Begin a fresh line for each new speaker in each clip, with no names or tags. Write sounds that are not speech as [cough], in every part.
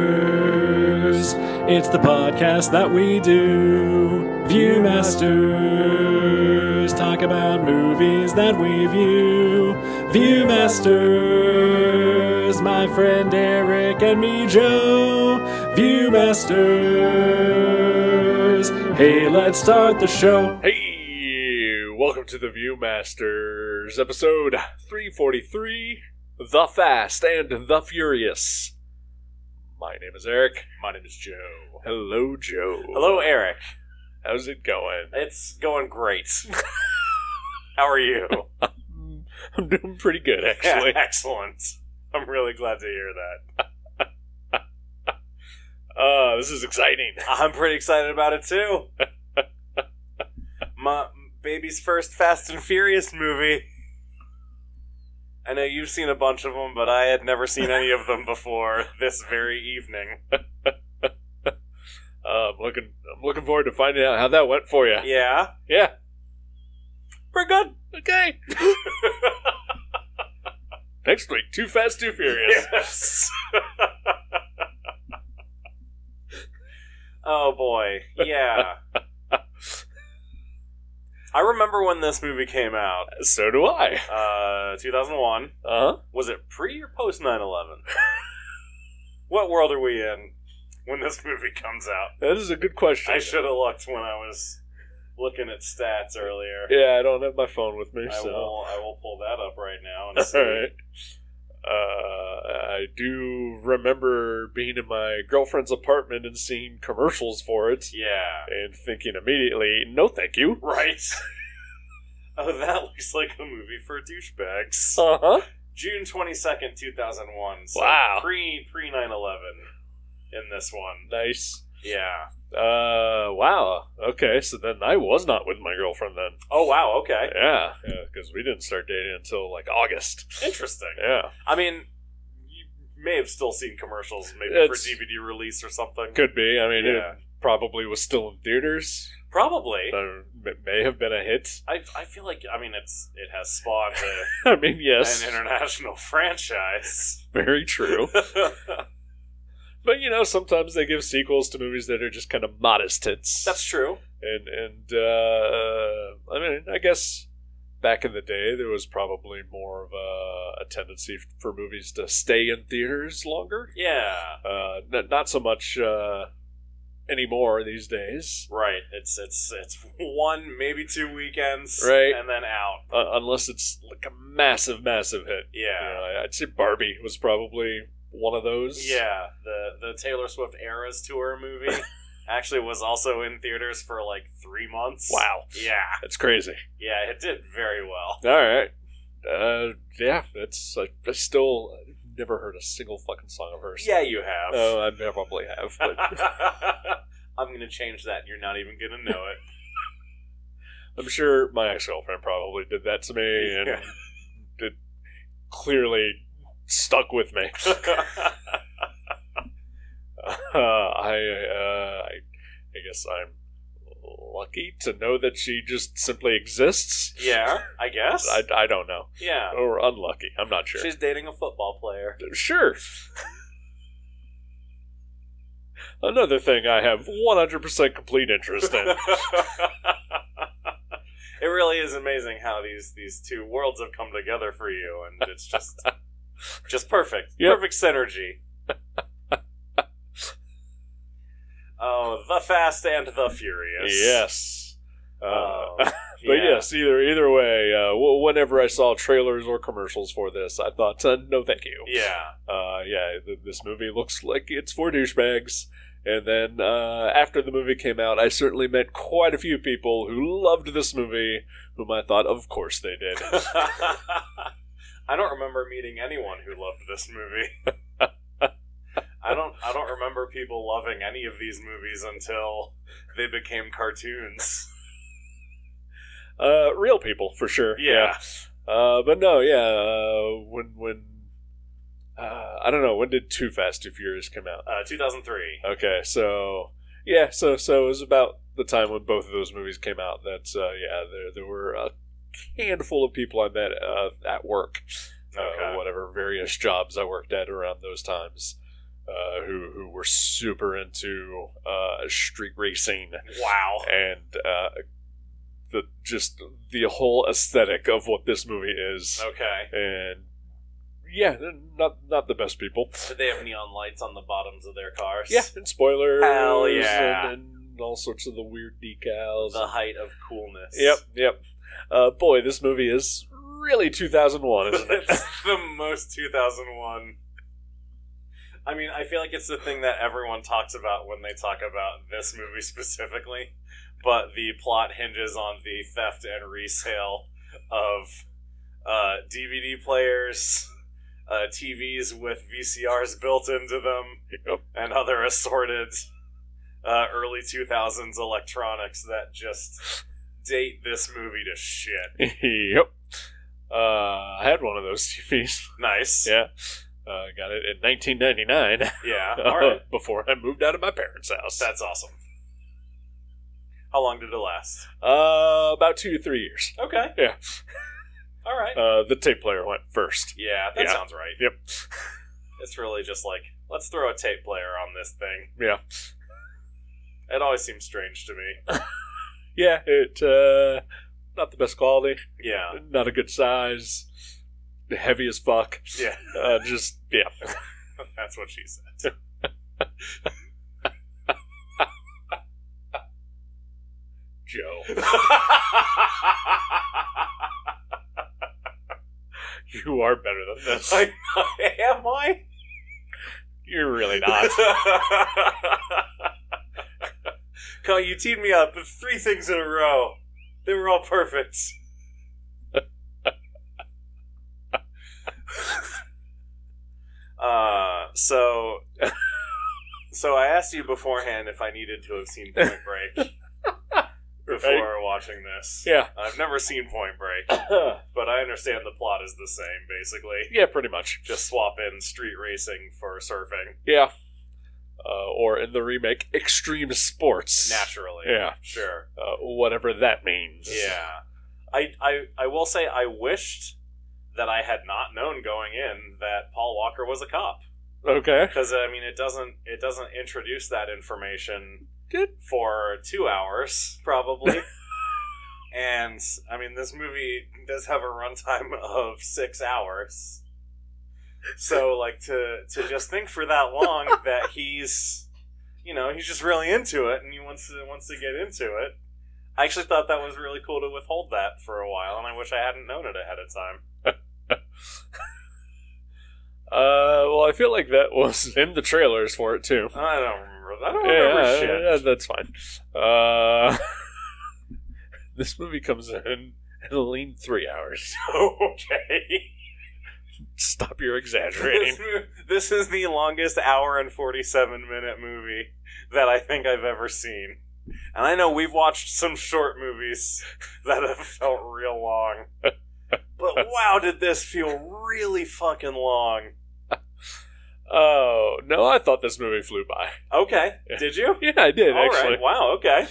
Viewmasters. It's the podcast that we do. Viewmasters. Talk about movies that we view. Viewmasters. My friend Eric and me, Joe. Viewmasters. Hey, let's start the show.
Hey, welcome to the Viewmasters, episode 343 The Fast and the Furious. My name is Eric.
My name is Joe.
Hello, Joe.
Hello, Eric.
How's it going?
It's
[laughs]
going great. How are you?
I'm [laughs] doing pretty
[laughs]
good, actually.
Excellent. I'm really glad to hear that.
[laughs] Uh, this is exciting.
[laughs] I'm pretty excited about it too.
[laughs]
My baby's first Fast and Furious movie. I know you've seen a bunch of them, but I had never seen any of them before this very
[laughs]
evening.
Uh, I'm looking, I'm looking forward to finding out how that went for you.
Yeah,
Yeah.
pretty good.
Okay. [laughs] Next week, Too Fast, Too Furious.
Yes. oh boy.
[laughs]
Yeah. I remember when this movie came out.
[laughs] So do I.
Uh 2001.
Uh huh.
Was it pre or post
[laughs]
9/11? what world are we in when this movie comes out?
That is a good question.
I should have looked when I was looking at stats earlier.
Yeah, I don't have my phone with me,
I
so.
will I will pull that up right now
[laughs]
and
All
see.
right. Uh, I do remember being in my girlfriend's apartment and seeing commercials for it
Yeah.
and thinking immediately, no, thank you.
Right. [laughs] oh, that looks like a movie for douchebags.
Uh huh.
June twenty second, two thousand one. So
Wow.
Pre pre nine eleven in this one.
Nice.
Yeah.
Uh, wow. Okay, so then I was not with my girlfriend then.
Oh wow. Okay.
Yeah, because we didn't start dating until like August.
Interesting.
Yeah,
I mean, you may have still seen commercials, maybe
It's-
for DVD release or something.
could be. I mean,
Yeah.
it probably was still in theaters.
Probably.
Uh, It may have been a hit. [laughs]
I, I feel like I mean it's it has spawned a,
I mean, yes,
an international [laughs] franchise. [laughs]
very true. But you know, sometimes they give sequels to movies that are just kind of modest hits.
That's true.
and and uh, I mean, I guess back in the day there was probably more of a, a tendency for movies to stay in theaters longer.
Yeah.
Uh, not, not so much uh, anymore these days,
Right. It's it's it's one maybe two weekends.
Right.
And then out.
uh, unless it's like a massive, massive hit. You
Yeah.
know, I- I'd say Barbie was probably one of those.
Yeah, the the Taylor Swift Eras Tour
[laughs]
movie actually was also in theaters for like three months.
Wow,
Yeah,
that's crazy.
yeah, it did very well.
All right. Uh, yeah, that's I, I still never heard a single fucking song of hers.
Yeah, you have.
Oh, I probably have, but
[laughs] I'm gonna change that. You're not even gonna know it.
I'm sure my ex girlfriend probably did that to me, and
Yeah.
it clearly stuck with me. [laughs] Uh, [laughs] I, uh, I, I guess I'm lucky to know that she just simply exists.
[laughs] yeah, I guess.
I, I don't know,
yeah,
or unlucky. I'm not sure.
she's dating a football player.
Sure. Another thing I have 100% complete interest
[laughs]
in.
it really is amazing how these these two worlds have come together for you, and it's
[laughs]
just just perfect,
Yep.
perfect synergy.
[laughs]
oh, the Fast and the Furious.
yes. Uh, [laughs]
Oh,
but
yeah.
yes, either either way, uh, w- whenever I saw trailers or commercials for this, I thought, uh, no, thank you.
yeah,
[laughs] Uh, yeah, th- this movie looks like it's for douchebags. And then uh, after the movie came out, I certainly met quite a few people who loved this movie, whom I thought, of course they did.
I don't remember meeting anyone who loved this movie.
[laughs]
I don't. I don't remember people loving any of these movies until they became cartoons.
uh, real people, for sure.
Yeah.
Uh, but no, yeah. Uh, when when uh, I don't know when did Too Fast Too Furious come out?
Uh, 2003.
Okay, so yeah, so so it was about the time when both of those movies came out. That uh, yeah, there there were a handful of people I met uh, at work,
Okay.
uh, whatever various jobs I worked at around those times. uh, who who were super into uh, street racing
Wow.
and uh, the just the whole aesthetic of what this movie is.
Okay.
And yeah, they're not not the best people.
Did they have neon lights on the bottoms of their cars?
Yeah, and spoilers.
Hell yeah.
And, and all sorts of the weird decals.
The height of coolness.
Yep, yep. Uh, boy, this movie is really 2001,
[laughs]
isn't it?
It's the most 2001. I mean, I feel like it's the thing that everyone talks about when they talk about this movie [laughs] specifically, but the plot hinges on the theft and resale of uh, DVD players, uh, TVs with VCRs built into them,
Yep.
and other assorted uh, early 2000s electronics that just date this movie to shit.
[laughs] yep. Uh, I had one of those TVs.
Nice.
yeah. Uh, got it in [laughs] 1999
Yeah. All right.
before I moved out of my parents' house.
That's awesome. How long did it last?
uh, about two to three years.
Okay.
Yeah.
[laughs] All right.
Uh, the tape player went first.
yeah, that
yeah.
sounds right.
Yep.
[laughs] It's really just like, let's throw a tape player on this thing.
Yeah.
It always seems strange
[laughs]
to me.
Yeah, it, uh, not the best quality,
Yeah.
not a good size, heavy as fuck.
Yeah.
Uh, just, yeah.
[laughs] That's what she said. [laughs]
Joe, [laughs] you are better than this.
[laughs] I- Am I?
You're really not.
[laughs] Carl, you teed me up with three things in a row. They were all perfect. [laughs] uh, so, [laughs] so I asked you beforehand if I needed to have seen Point
[laughs]
Break before watching this.
yeah. [laughs]
I've never seen Point Break, but I understand the plot is the same, basically.
yeah, pretty much.
Just swap in street racing for surfing,
Yeah. Uh, or in the remake, extreme sports.
naturally.
Yeah.
Sure.
Uh, whatever that means.
Yeah. I, I I will say I wished that I had not known going in that Paul Walker was a cop
Okay.
because I mean it doesn't it doesn't introduce that information
Good.
for 2 hours
[laughs]
probably. and I mean this movie does have a runtime of 6 hours. So like to to just think for that
[laughs]
long that he's you know, he's just really into it and he wants to wants to get into it. I actually thought that was really cool to withhold that for a while, and I wish I hadn't known it ahead of time.
Uh, well, I feel like that [laughs] was in the trailers for it too.
I don't remember. I don't remember
Yeah,
Oh, shit. [laughs]
yeah, that's fine. Uh, [laughs] this movie comes in at a lean three hours. [laughs]
okay.
Stop your exaggerating.
[laughs] This, mo- this is the longest hour and 47 minute movie that I think I've ever seen. And I know we've watched some short movies [laughs] that have felt real long.
[laughs]
But wow, did this feel really fucking long.
Oh no, I thought this movie flew by. [laughs]
Okay, did you?
Yeah, I did
All
actually.
right, wow, okay.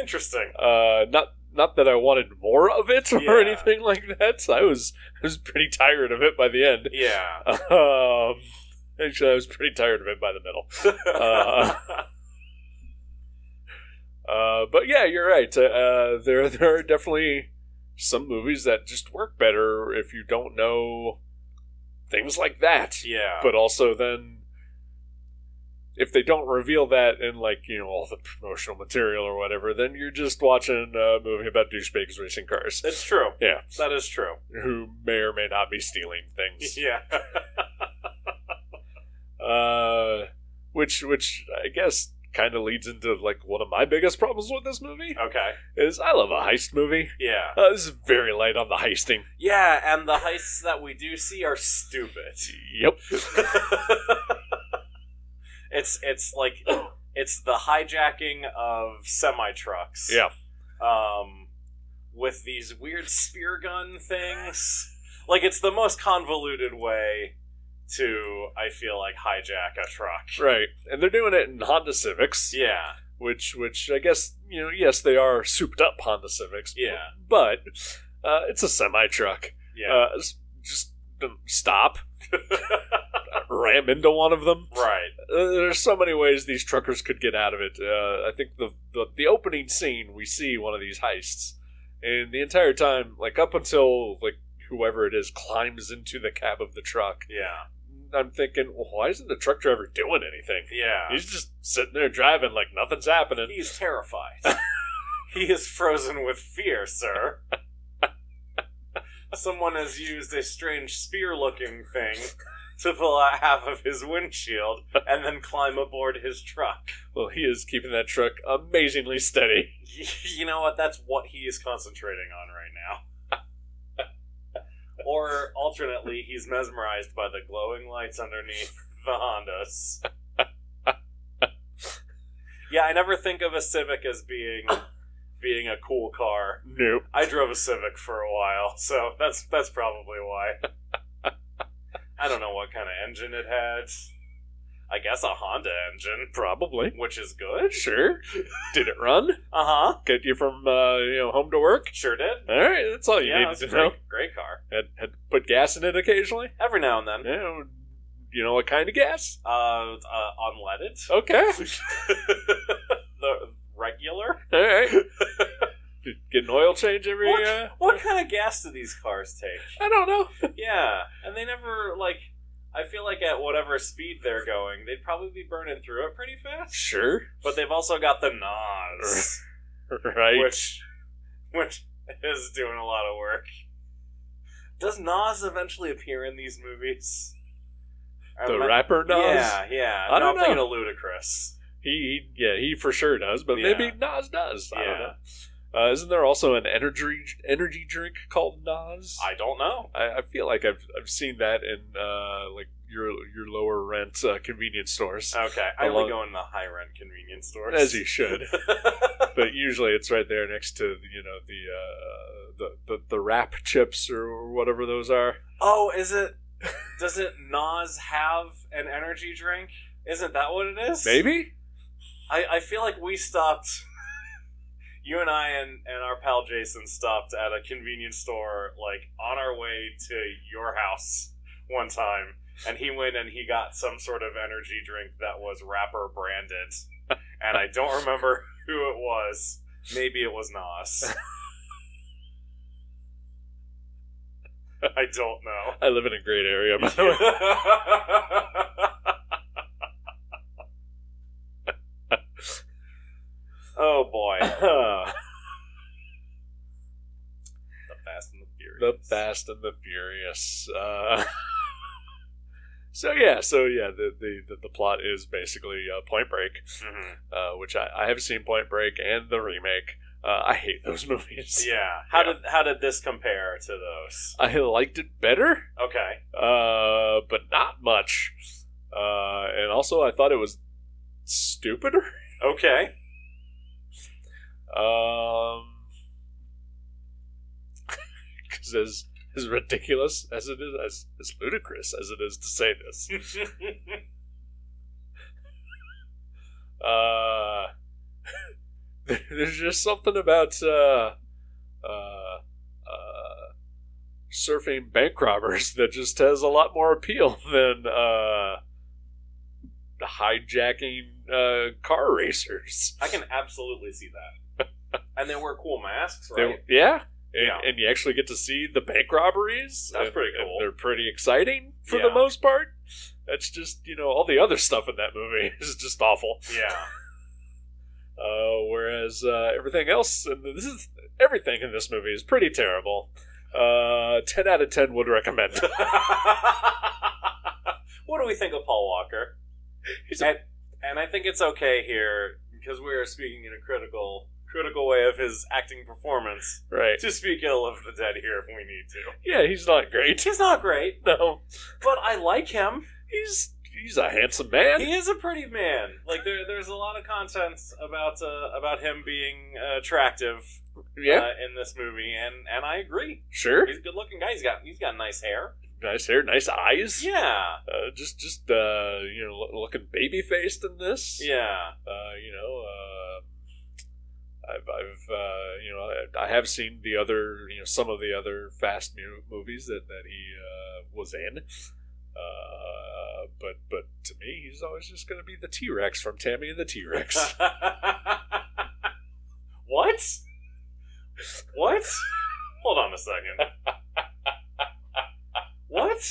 Interesting.
Uh, not not that I wanted more of it or
Yeah.
anything like that. So I was I was pretty tired of it by the end. [laughs]
Yeah.
Um, actually, I was pretty tired of it by the middle. Uh, Uh, but yeah, you're right. Uh, there [laughs] there are definitely some movies that just work better if you don't know things like that.
[laughs] yeah.
But also then. If they don't reveal that in like you know all the promotional material or whatever, then you're just watching a movie about douchebags racing cars. [laughs]
It's true.
Yeah.
That is true. [laughs]
who may or may not be stealing things.
Yeah.
Uh, which which I guess kind of leads into like one of my biggest problems with this movie
okay.
is I love a heist movie.
Yeah.
[laughs] Uh, this is very light on the heisting.
Yeah, and the heists that we do see are stupid.
Yep.
[laughs] it's it's like [coughs] it's the hijacking of semi trucks.
Yeah.
Um with these weird spear gun things. Like it's the most convoluted way to I feel like hijack a truck.
Right. And they're doing it in Honda Civics,
Yeah.
which which I guess you know yes they are souped up Honda Civics.
Yeah.
But uh, it's a semi truck.
Yeah. [laughs]
Uh, s- just um, stop. not ram into one of them.
Right.
Uh, there's so many ways these truckers could get out of it. Uh, I think the, the the opening scene we see one of these heists, and the entire time, like up until like whoever it is climbs into the cab of the truck,
Yeah.
I'm thinking, well, why isn't the truck driver doing anything?
Yeah.
He's just sitting there driving like nothing's happening.
He's terrified. he is frozen with fear, sir. Someone has used a strange spear looking thing to pull out half of his windshield and then climb aboard his truck.
Well, he is keeping that truck amazingly steady.
[laughs] You know what? That's what he is concentrating on right now. or alternately, he's mesmerized by the glowing lights underneath the Hondas. yeah, I never think of a Civic as being being a cool car.
Nope.
I drove a Civic for a while, so that's that's probably why. I don't know what kind of engine it had. I guess a Honda engine,
Probably.
which is good.
Sure. Did it run?
Uh huh.
Get you from uh, you know home to work?
Sure did.
All right, that's all [laughs] you
yeah,
needed
it's a
to know.
great, great car.
Had, had to put gas in it occasionally.
Every now and then,
Yeah, you know what kind of gas?
uh, uh unleaded, [laughs]
Okay,
the regular.
all [laughs] right. Get an oil change every.
What?
Uh,
What kind of gas do these
[laughs]
cars take?
I don't know.
Yeah, and they never like. I feel like at whatever speed they're going, they'd probably be burning through it pretty fast.
Sure, [laughs]
But they've also got the Nas.
right?
which which is doing a lot of work. Does Nas eventually appear in these movies?
the
Am I-
rapper Nas.
Yeah, yeah.
I
no,
don't
I'm thinking of Ludacris.
He, he- yeah, he for sure does, but
Yeah.
maybe Nas does. I don't
Yeah.
know. Uh, isn't there also an energy energy drink called Nas?
I don't know.
I, I feel like I've I've seen that in uh, like your your lower rent uh, convenience stores,
Okay, I
Along-
only go in the high rent convenience stores.
as you should. but usually it's right there next to you know the uh, the, the the wrap chips or whatever those are.
[laughs] oh,
[laughs]
is it? Does it Nas have an energy drink? Isn't that what it is?
Maybe
I, I feel like we stopped. [laughs] you and I and, and our pal Jason stopped at a convenience store, like on our way to your house one time, and he went and he got some sort of energy drink that was rapper branded, and I don't remember [laughs] who it was. Maybe it was Nas. I don't know.
I live in a great area. By [laughs] the way.
oh boy. [laughs]
[laughs]
the Fast and the
The
Furious.
Fast and the Furious. Uh, [laughs] so yeah, so yeah, the, the the the plot is basically uh, Point Break,
Mhm.
uh, which I, I have seen Point Break and the remake. Uh, I hate those [laughs] movies.
Yeah. How
Yeah.
did how did this compare to those?
I liked it better,
Okay.
uh, but not much. Uh, and also, I thought it was stupider.
Okay. [laughs]
Um, [laughs] because as as ridiculous as it is, as as ludicrous as it is to say this, uh, [laughs] there's just something about uh, uh, uh, surfing bank robbers [laughs] that just has a lot more appeal [laughs] than uh, hijacking uh, car [laughs] racers.
I can absolutely see that. And they wear cool masks,
They-
right?
yeah. And,
Yeah.
and you actually get to see the bank robberies.
That's
and-
pretty
and
cool.
they're pretty exciting for the
Yeah.
most part. That's just, you know, all the other stuff in that movie [laughs] is just awful.
yeah.
Uh, whereas uh, everything else, and this is everything in this movie is pretty terrible. Uh, 10 out of 10 would recommend. [laughs]
[laughs] what do we think of Paul Walker?
He's a-
and, and I think it's okay here because we are speaking in a critical critical way of his acting performance
right.
to speak ill of the dead here if we need to.
Yeah, he's not great. [laughs]
He's not great,
No.
but I like him.
He's he's a handsome man.
He is a pretty man. Like there, there's a lot of content about uh, about him being uh, attractive
yeah,
uh, in this movie, and and I agree.
sure.
He's a good looking guy. He's got he's got nice hair.
Nice hair, nice eyes.
Yeah,
Uh, just, just uh, you know, lo- looking baby faced in this.
yeah.
uh, you know, uh, I've, I've uh, you know, I, I have seen the other, you know, some of the other Fast mu- movies that that he uh, was in. Uh, but but to me, he's always just going to be the T Rex from Tammy and the T
[laughs]
Rex.
what? What? Hold on a second. What?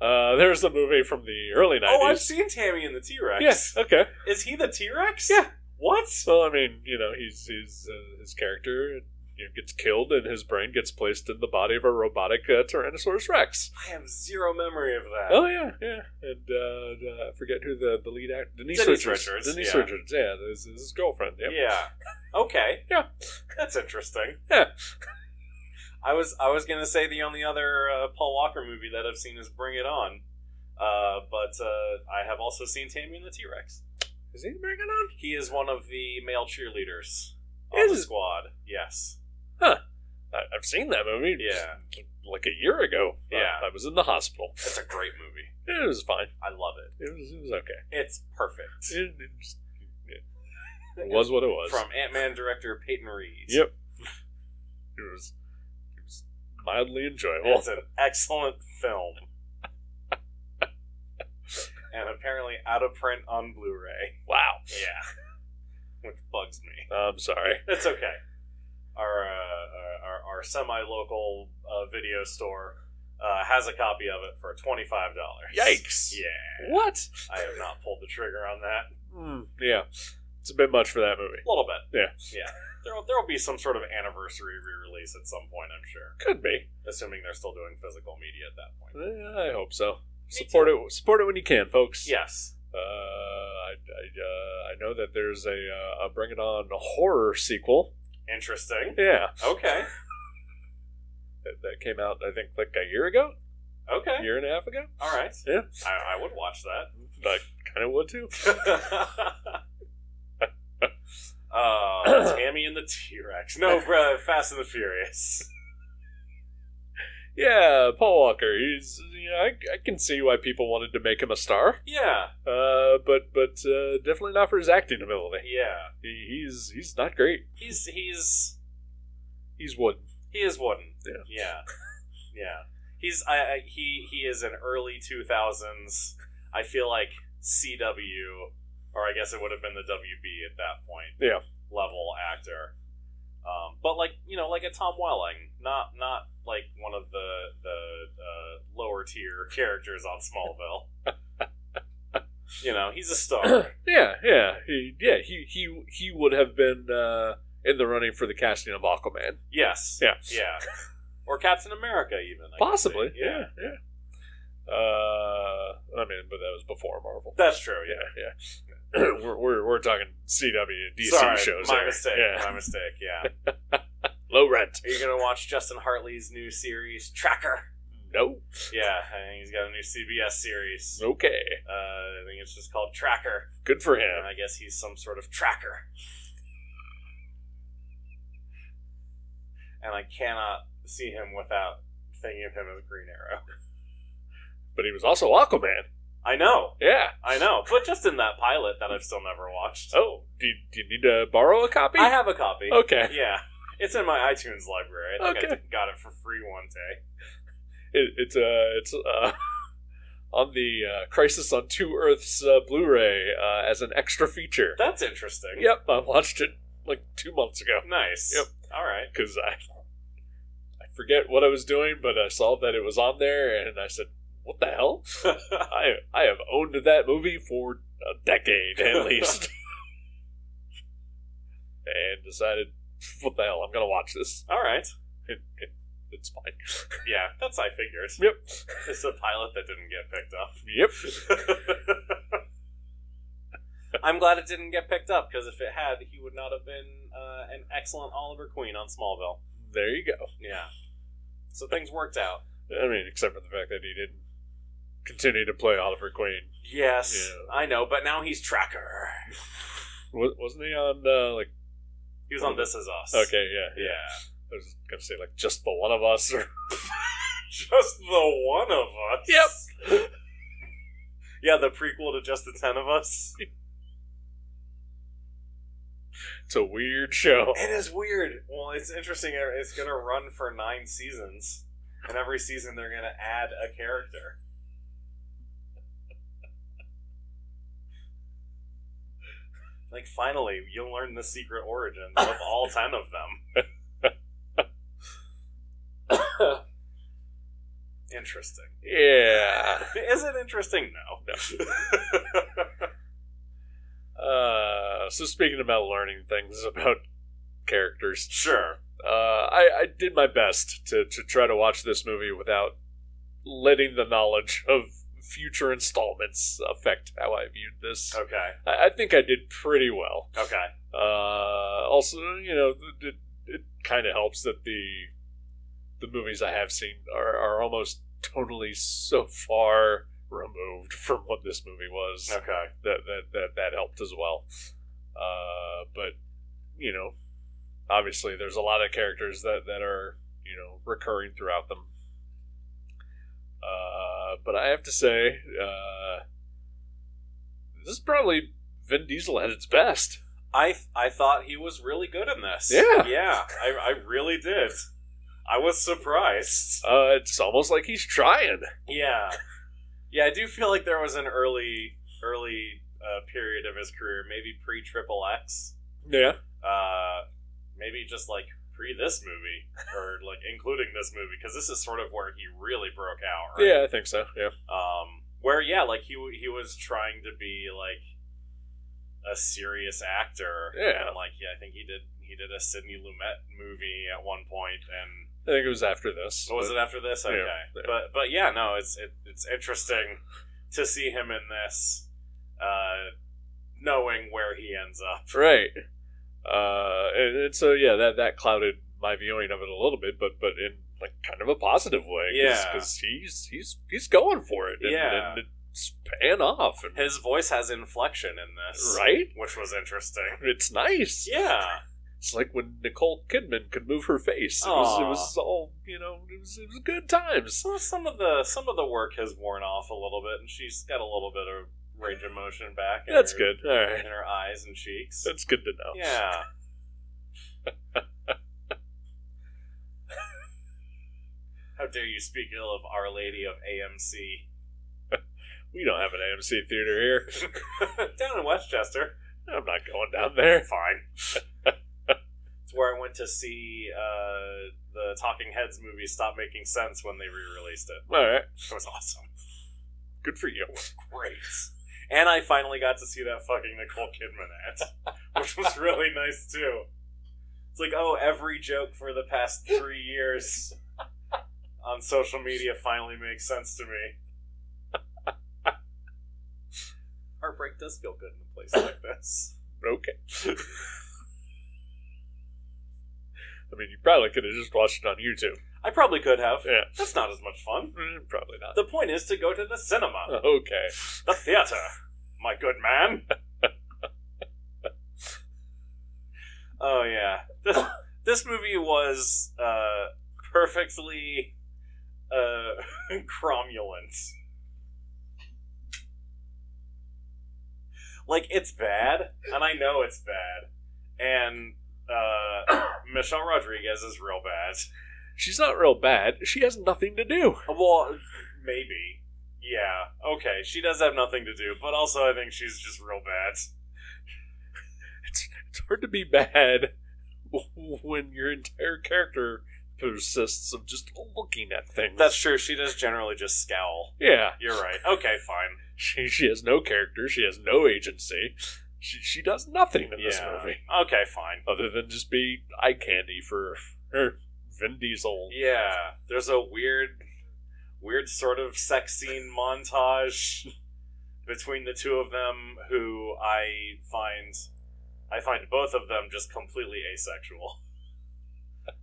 uh, there's a movie from the early nineties.
Oh, I've seen Tammy and the T Rex.
Yes. Okay.
Is he the T Rex?
Yeah.
What?
Well, I mean, you know, he's he's uh, his character you know, gets killed, and his brain gets placed in the body of a robotic uh, Tyrannosaurus Rex.
I have zero memory of that.
Oh yeah, yeah, and uh, uh, I forget who the, the lead actor Denise,
Denise
Richards.
Richards,
Denise
yeah.
Richards, yeah, this is his girlfriend. Yep.
Yeah. Okay.
Yeah.
That's interesting.
Yeah.
I was I was gonna say the only other uh, Paul Walker movie that I've seen is Bring It On, uh, but uh, I have also seen Tammy and the T Rex.
Is he bringing on?
He is one of the male cheerleaders on
Is
the
it?
squad. Yes.
I, I've seen that movie.
Yeah.
like a year ago. I-
Yeah.
I, was in the hospital.
It's a great movie.
It was fine.
I love it.
It was it was okay.
It's perfect.
It, it just- it was what it was.
From Ant Man director Peyton Reed.
yep. [laughs] It was it was mildly enjoyable.
It's an excellent film. and apparently out of print on Blu ray.
Wow.
Yeah. Which bugs me.
I'm sorry.
It's okay. Our, uh, uh, our, our semi local uh, video store uh, has a copy of it for $25.
Yikes.
Yeah.
What?
I have not pulled the trigger on that.
Mm, yeah. It's a bit much for that movie.
A little bit.
Yeah.
Yeah. There'll, there'll be some sort of anniversary re release at some point, I'm sure.
Could be.
Assuming they're still doing physical media at that point.
Eh, I hope so. Support it. Support it when you can, folks.
Yes.
Uh, I, I, uh, I know that there's a, uh, a Bring It On horror sequel.
Interesting.
Yeah,
Okay.
that, that came out I think like a year ago,
Okay.
a year and a half ago.
All right.
Yeah.
I, I would watch
[laughs] I kind of would too.
that. [laughs]
[clears throat]
uh, Tammy and the T Rex. No, bruh, Fast and the Furious. [laughs]
Yeah, Paul Walker. He's you know, I, I can see why people wanted to make him a star.
Yeah.
Uh, but but uh, definitely not for his acting ability.
Yeah.
He, he's he's not great.
He's he's
He's wood.
he is wooden.
Yeah.
Yeah. Yeah. He's I, I he he is an early two thousands. I feel like CW, or I guess it would have been the WB at that point.
Yeah.
Level actor, um, but like you know, like a Tom Welling, not not like one of the the uh, lower tier [laughs] characters
[laughs]
on Smallville. you know, he's a star.
[clears throat] yeah, yeah, he, yeah. He he he would have been uh, in the running for the casting of Aquaman,
yes.
Yeah.
Yeah. Or Captain America, even I could
possibly.
say.
Yeah, yeah. Uh, I mean, but that was before Marvel.
That's true. Yeah.
yeah, yeah. [clears throat] we're, we're, we're talking CW, DC
Sorry,
shows.
My
there.
mistake.
Yeah.
My mistake.
[laughs]
Yeah.
Low rent.
Are you gonna watch Justin Hartley's new series Tracker?
No.
Yeah, I think he's got a new CBS series.
Okay.
Uh, I think it's just called Tracker,
Good for
and
him.
I guess he's some sort of tracker. And I cannot see him without thinking of him as Green Arrow.
But he was also Aquaman.
I know,
Yeah.
I know, but just in that pilot that I've still never watched.
Oh, do, you- do you need to borrow a copy?
I have a copy.
okay.
Yeah, it's in my iTunes library. I think I
Okay.
got it for free one day.
It, it's uh, it's uh, [laughs] on the uh, Crisis on Two Earths uh, Blu-ray uh, as an extra feature.
That's interesting.
Yep, I watched it like two months ago
Nice.
Yep.
All right.
because I I forget what I was doing, but I saw that it was on there, and I said, "What the hell?" I I have owned that movie for a decade at least, [laughs] and decided, what the hell, I'm gonna watch this. [laughs]
All right.
It, it, it's fine.
Yeah, that's I figured.
Yep.
[laughs] It's a pilot that didn't get picked
Yep.
up. I'm glad it didn't get picked up because if it had, he would not have been uh, an excellent Oliver Queen on Smallville.
There you go.
Yeah. So things worked out.
I mean, except for the fact that he didn't continue to play Oliver Queen.
Yes,
Yeah.
I know, but now he's Tracker.
Wa- Wasn't he on uh, like?
He was on This Is Us.
Okay, yeah, yeah.
Yeah.
I was gonna say like just the one of us, [laughs] or
Just the one of us. Yep. [laughs] yeah, the prequel to Just the Ten of Us.
it's a weird show.
uh, It is weird. Well, it's interesting. It's going to run for nine seasons. and every season they're gonna add a character. [laughs] Like finally, you'll learn the secret origins of all ten of them. Interesting.
Yeah.
Is it interesting? No.
Uh, so speaking about learning things [laughs] about characters,
Sure.
uh, I, I did my best to, to try to watch this movie without letting the knowledge of future installments affect how I viewed this.
Okay.
I, I think I did pretty well.
Okay.
Uh, also, you know, th- it, it kind of helps that the the movies I have seen are, are almost totally so far removed [laughs] from what this movie was
Okay.
that that that, that helped as well. Uh, but you know, obviously, there's a lot of characters that that are you know recurring throughout them. Uh, but I have to say, uh, this is probably Vin Diesel at its best.
I I thought he was really good in this.
Yeah.
Yeah. I, I really did. I was surprised. [laughs]
Uh, it's almost like he's trying.
Yeah. Yeah, I do feel like there was an early early uh, period of his career, maybe pre Triple X,
Yeah,
uh, maybe just like pre this movie, or like including this movie, because this is sort of where he really broke out. Right?
yeah, I think so. Yeah,
Um, where yeah, like he w- he was trying to be like a serious actor.
Yeah.
And like yeah, I think he did he did a Sidney Lumet movie at one point, and
I think it was after this.
so was it after this? Okay,
yeah.
but but yeah, no, it's it, it's interesting to see him in this, uh, knowing where he ends up.
right? Uh, and, and so yeah, that that clouded my viewing of it a little bit, but but in like kind of a positive way,
Yeah.
because he's he's he's going for it, and,
Yeah.
and it's paying off, and,
His voice has inflection in this,
right?
Which was interesting.
It's nice.
Yeah,
It's like when Nicole Kidman could move her face. It was, it
Aw.
was all you know. It was, it was good times.
so some of the some of the work has worn off a little bit, and she's got a little bit of range of motion back. in
That's
her-
good. All right,
in her eyes and cheeks.
that's good to know.
Yeah.
[laughs]
How dare you speak ill of Our Lady of AMC?
We don't have an AMC theater here.
[laughs]
[laughs]
down in Westchester.
I'm not going down there.
Fine. it's where I went to see uh, the Talking Heads movie Stop Making Sense when they re released it.
All right,
It was awesome.
good for you.
Great. And I finally got to see that fucking Nicole Kidman ad, [laughs] which was really nice too. It's like, oh, every joke for the past three years on social media finally makes sense to me. [laughs] Heartbreak does feel good in a place like this.
Okay. I mean, you probably could have just watched it on YouTube.
I probably could have.
Yeah.
That's not as much fun.
Mm, Probably not. [laughs]
The point is to go to the cinema,
Okay.
the theater, my good man. Oh yeah, this this movie was uh, perfectly uh, [laughs] cromulent. Like it's bad, and I know it's bad, and uh, [coughs] Michelle Rodriguez is real bad.
She's not real bad. She has nothing to do.
Well, maybe. Yeah. Okay. She does have nothing to do, but also I think she's just real bad.
It's, it's hard to be bad [laughs] when your entire character persists of just looking at things.
That's true. She does generally just scowl.
yeah.
You're right. Okay. Fine.
She she has no character. She has no agency. She she does nothing in this
Yeah.
movie
Okay. Fine.
other than just be eye candy for [laughs] her Vin Diesel.
Yeah, there's a weird, weird sort of sex scene montage between the two of them, who I find, I find both of them just completely asexual.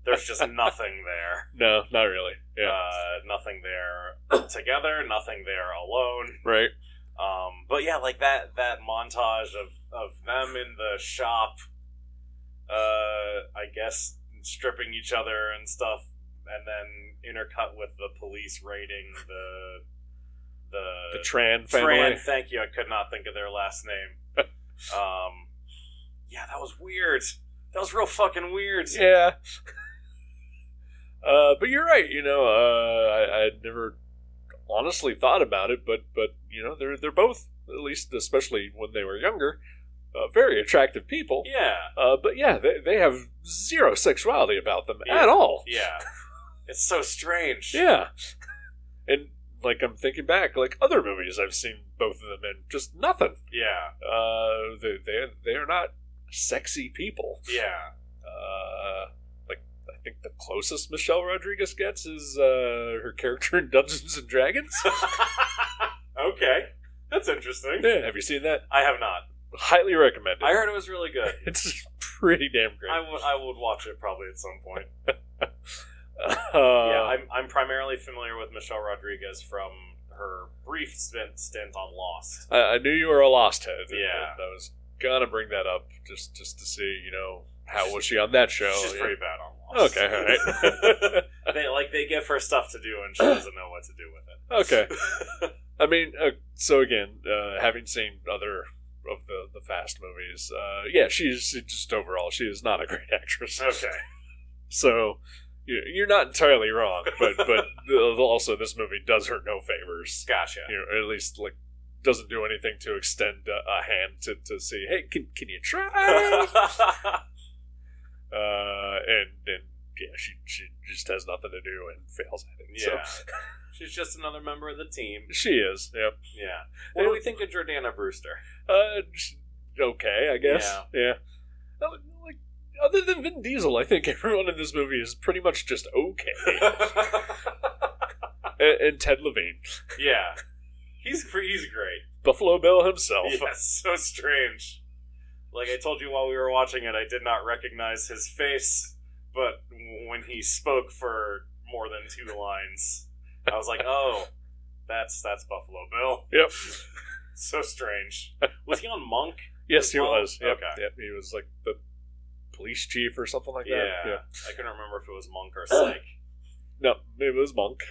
There's
[laughs]
just nothing there.
No, not really. Yeah.
Uh, nothing there together. Nothing there alone.
right.
Um, but yeah, like that that montage of of them in the shop, uh, I guess stripping each other and stuff, and then intercut with the police raiding the
the
the,
Tran family.
Tran. Thank you. I could not think of their
[laughs]
last name. um, yeah, that was weird. That was real fucking weird.
Yeah, Uh, but you're right. You know, uh, I, I had never honestly thought about it, but but you know, they're they're both at least, especially when they were younger, uh, very attractive people.
Yeah.
Uh, but yeah, they, they have zero sexuality about them
Yeah.
at all.
Yeah. It's so strange.
Yeah. And like I'm thinking back, like other movies I've seen both of them in, just nothing.
Yeah.
Uh, they they they are not sexy people.
Yeah. [laughs]
Uh, like I think the closest Michelle Rodriguez gets is uh, her character in [laughs] Dungeons and Dragons.
okay. That's interesting.
Yeah, have you seen that?
I have not.
Highly recommend it.
I heard it was really good.
[laughs] it's pretty damn great.
I would- I would watch it probably at some point.
[laughs] Uh,
yeah, I'm, I'm primarily familiar with Michelle Rodriguez from her brief stint, stint on Lost.
I, I knew you were a lost head. and-
Yeah.
and I was gonna bring that up just just to see, you know, how was she on
[laughs]
that show?
She's
Yeah.
pretty bad on Lost.
Okay, all right.
[laughs] they like they give her stuff to do, and she doesn't know what to do with it.
[laughs] okay. I mean, uh, so again, uh, having seen other of the the Fast movies, uh, yeah, she's she just overall she is not a great [laughs] actress.
Okay.
So you- you're not entirely wrong, but
[laughs]
but the- also this movie does her no favors.
Gotcha.
You know, at least like doesn't do anything to extend a, a hand to to see, hey, can can you
[laughs]
try? uh, and and yeah, she she just has nothing to do and fails at it.
yeah.
So
She's just another member of the team.
she is. Yep.
Yeah. What do we think of Jordana Brewster?
[laughs]
[laughs]
Uh, sh- okay, I guess. Yeah. Uh, Like, other than Vin Diesel, I think everyone in this movie is pretty much just okay. and, and Ted Levine,
yeah. He's gr- he's great.
Buffalo Bill [laughs] himself.
Yeah, so strange. Like I told you while we were watching it, I did not recognize his face, but when he spoke for more than two lines, I was like, "Oh, that's that's Buffalo Bill."
Yep.
So strange. Was he on Monk?
Yes, he
Well,
was. Yep.
okay.
Yep. He was like the police chief or something like
Yeah,
that. Yeah.
I couldn't remember if it was Monk or Psych.
No, it was Monk.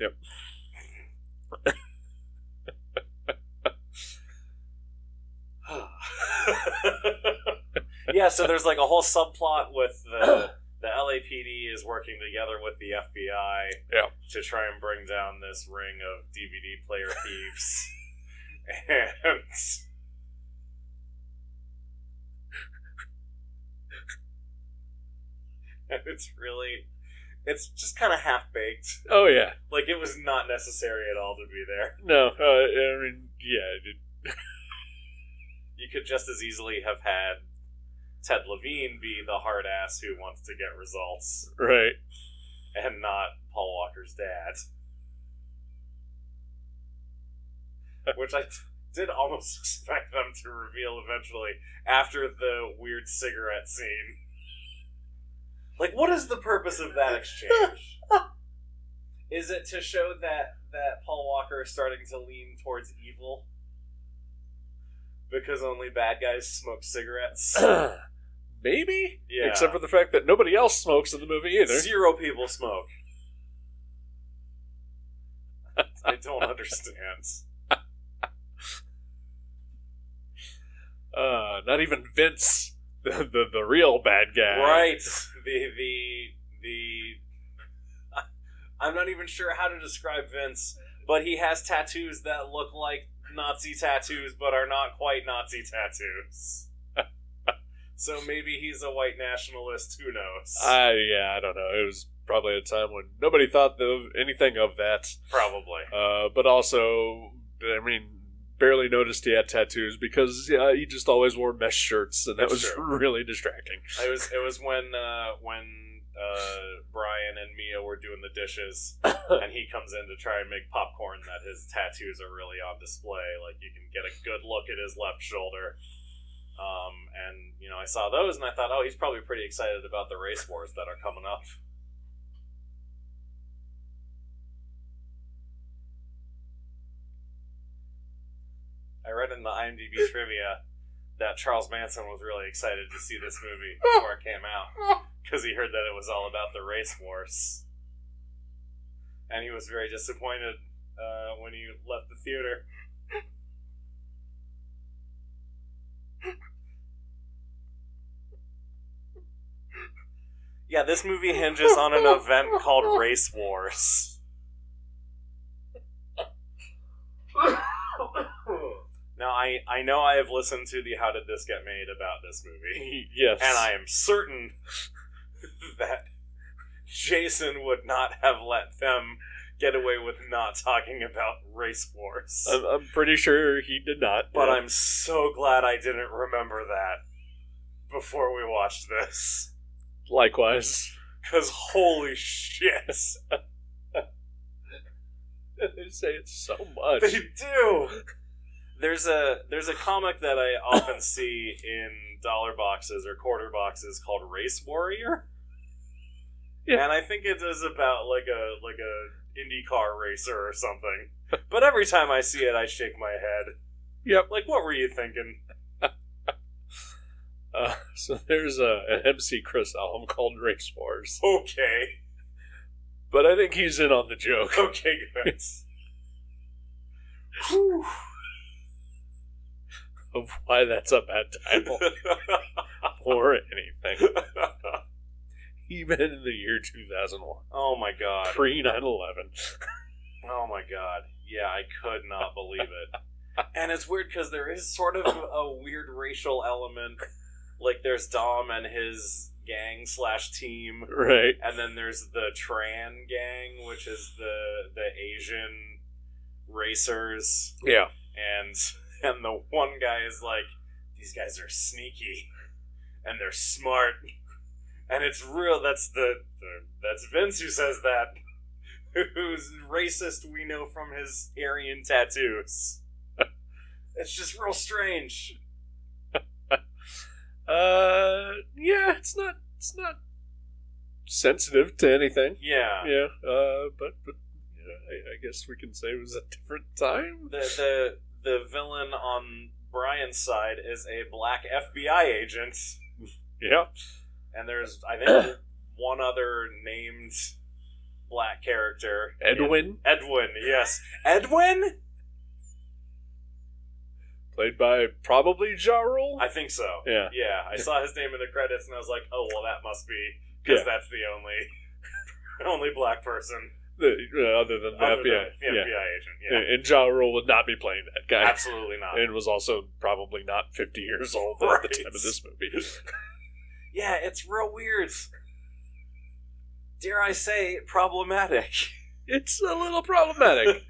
Okay. [laughs] yeah, so there's like a whole subplot with the the LAPD is working together with the FBI
Yeah.
to try and bring down this ring of DVD player thieves. and [laughs] and it's really it's just kind of half baked.
Oh yeah.
Like it was not necessary at all to be there.
No. Uh, I mean, yeah. It,
you could just as easily have had Ted Levine be the hard ass who wants to get results
right. [clears throat]
and not Paul Walker's dad. [laughs] Which I t- did almost [laughs] expect them to reveal eventually after the weird cigarette scene. Like, what is the purpose of that exchange? [laughs] is it to show that that Paul Walker is starting to lean towards evil? Because only bad guys smoke cigarettes.
Maybe.
Yeah.
Except for the fact that nobody else smokes in the movie either.
Zero people smoke. I don't understand.
Uh, not even Vince, [laughs] the, the the real bad guy.
Right. The the the I'm not even sure how to describe Vince, but he has tattoos that look like Nazi tattoos but are not quite Nazi
[laughs]
tattoos. so maybe he's a white nationalist, who knows?
I yeah, I don't know. It was probably a time when nobody thought of anything of that.
Probably.
Uh, but also, I mean, barely noticed he had tattoos because yeah, he just always wore mesh shirts, and that
That's
was
true.
[laughs] really distracting.
It was it was when uh, when uh, Brian and Mia were doing the dishes, and he comes in to try and make popcorn that his tattoos are really on display. Like you can get a good look at his left shoulder. Um, and you know, I saw those, and I thought, oh, he's probably pretty excited about the race wars that are coming up. I read in the IMDb trivia that Charles Manson was really excited to see this movie before it came out because he heard that it was all about the race wars, and he was very disappointed uh, when he left the theater. [laughs] Yeah, this movie hinges on an event called Race Wars. Now, I, I know I have listened to the How Did This Get Made about this movie,
yes.
and I am certain [laughs] that Jason would not have let them get away with not talking about Race Wars.
I'm, I'm pretty sure he did not. Um,
But
Yeah.
I'm so glad I didn't remember that before we watched this.
likewise. [laughs]
Because holy shit,
they say it so much.
[laughs] they do. There's a there's a comic that I often see in dollar boxes or quarter boxes called Race Warrior.
Yeah.
And I think it is about like a like a IndyCar racer or something. But every time I see it, I shake my head.
Yep.
Like, what were you thinking?
Uh, so there's a, an MC Chris album called Race Wars,
Okay,
but I think he's in on the joke. [laughs]
okay, good. Whew.
of why that's a bad
[laughs]
title or anything. [laughs] Even in the year 2001,
[laughs] oh my god.
pre 9 11.
Oh my god. Yeah, I could not believe it. and it's weird because there is sort of a weird racial element. Like there's Dom and his gang slash team,
[laughs] Right.
and then there's the Tran gang, which is the the Asian racers,
Yeah.
and [laughs] and the one guy is like, these guys are sneaky, and they're smart, and it's real. That's the, the that's Vince who says that [laughs] who's racist we know from his Aryan tattoos. [laughs] It's just real strange.
Uh, yeah, it's not, it's not sensitive to anything.
Yeah.
Yeah. Uh, but, but yeah, I, I guess we can say it was a different time.
The the the villain on Brian's side is a black FBI agent,
Yeah.
and there's I think one other named black character.
Edwin,
Edwin, yes. Edwin?
played by probably Ja Rule.
I think so.
Yeah.
Yeah. I saw his name in the credits and I was like, oh, well, that must be, because
Yeah.
that's the only [laughs] only black person
The- uh, other than the
other than
FBI.
the FBI
yeah.
agent. Yeah.
And- And Ja Rule would not be playing that guy.
Absolutely not.
and was also probably not 50 years old at the
Right.
time of this movie. [laughs]
Yeah, it's real weird. Dare I say, problematic. [laughs]
It's a little problematic.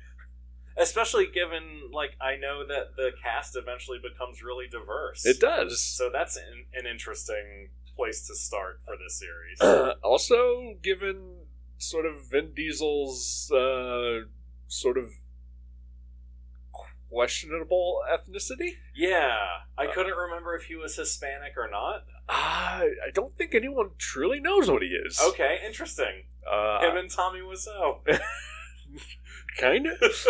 Especially given, like, I know that the cast eventually becomes really diverse.
it does.
So that's an, an interesting place to start for this series.
[clears throat] also, given sort of Vin Diesel's uh, sort of questionable ethnicity,
Yeah, I
Uh,
couldn't remember if he was Hispanic or
[laughs]
not.
I I don't think anyone truly knows what he is.
Okay, interesting. Him
Uh,
and Tommy Wiseau.
[laughs] kind
[laughs]
of.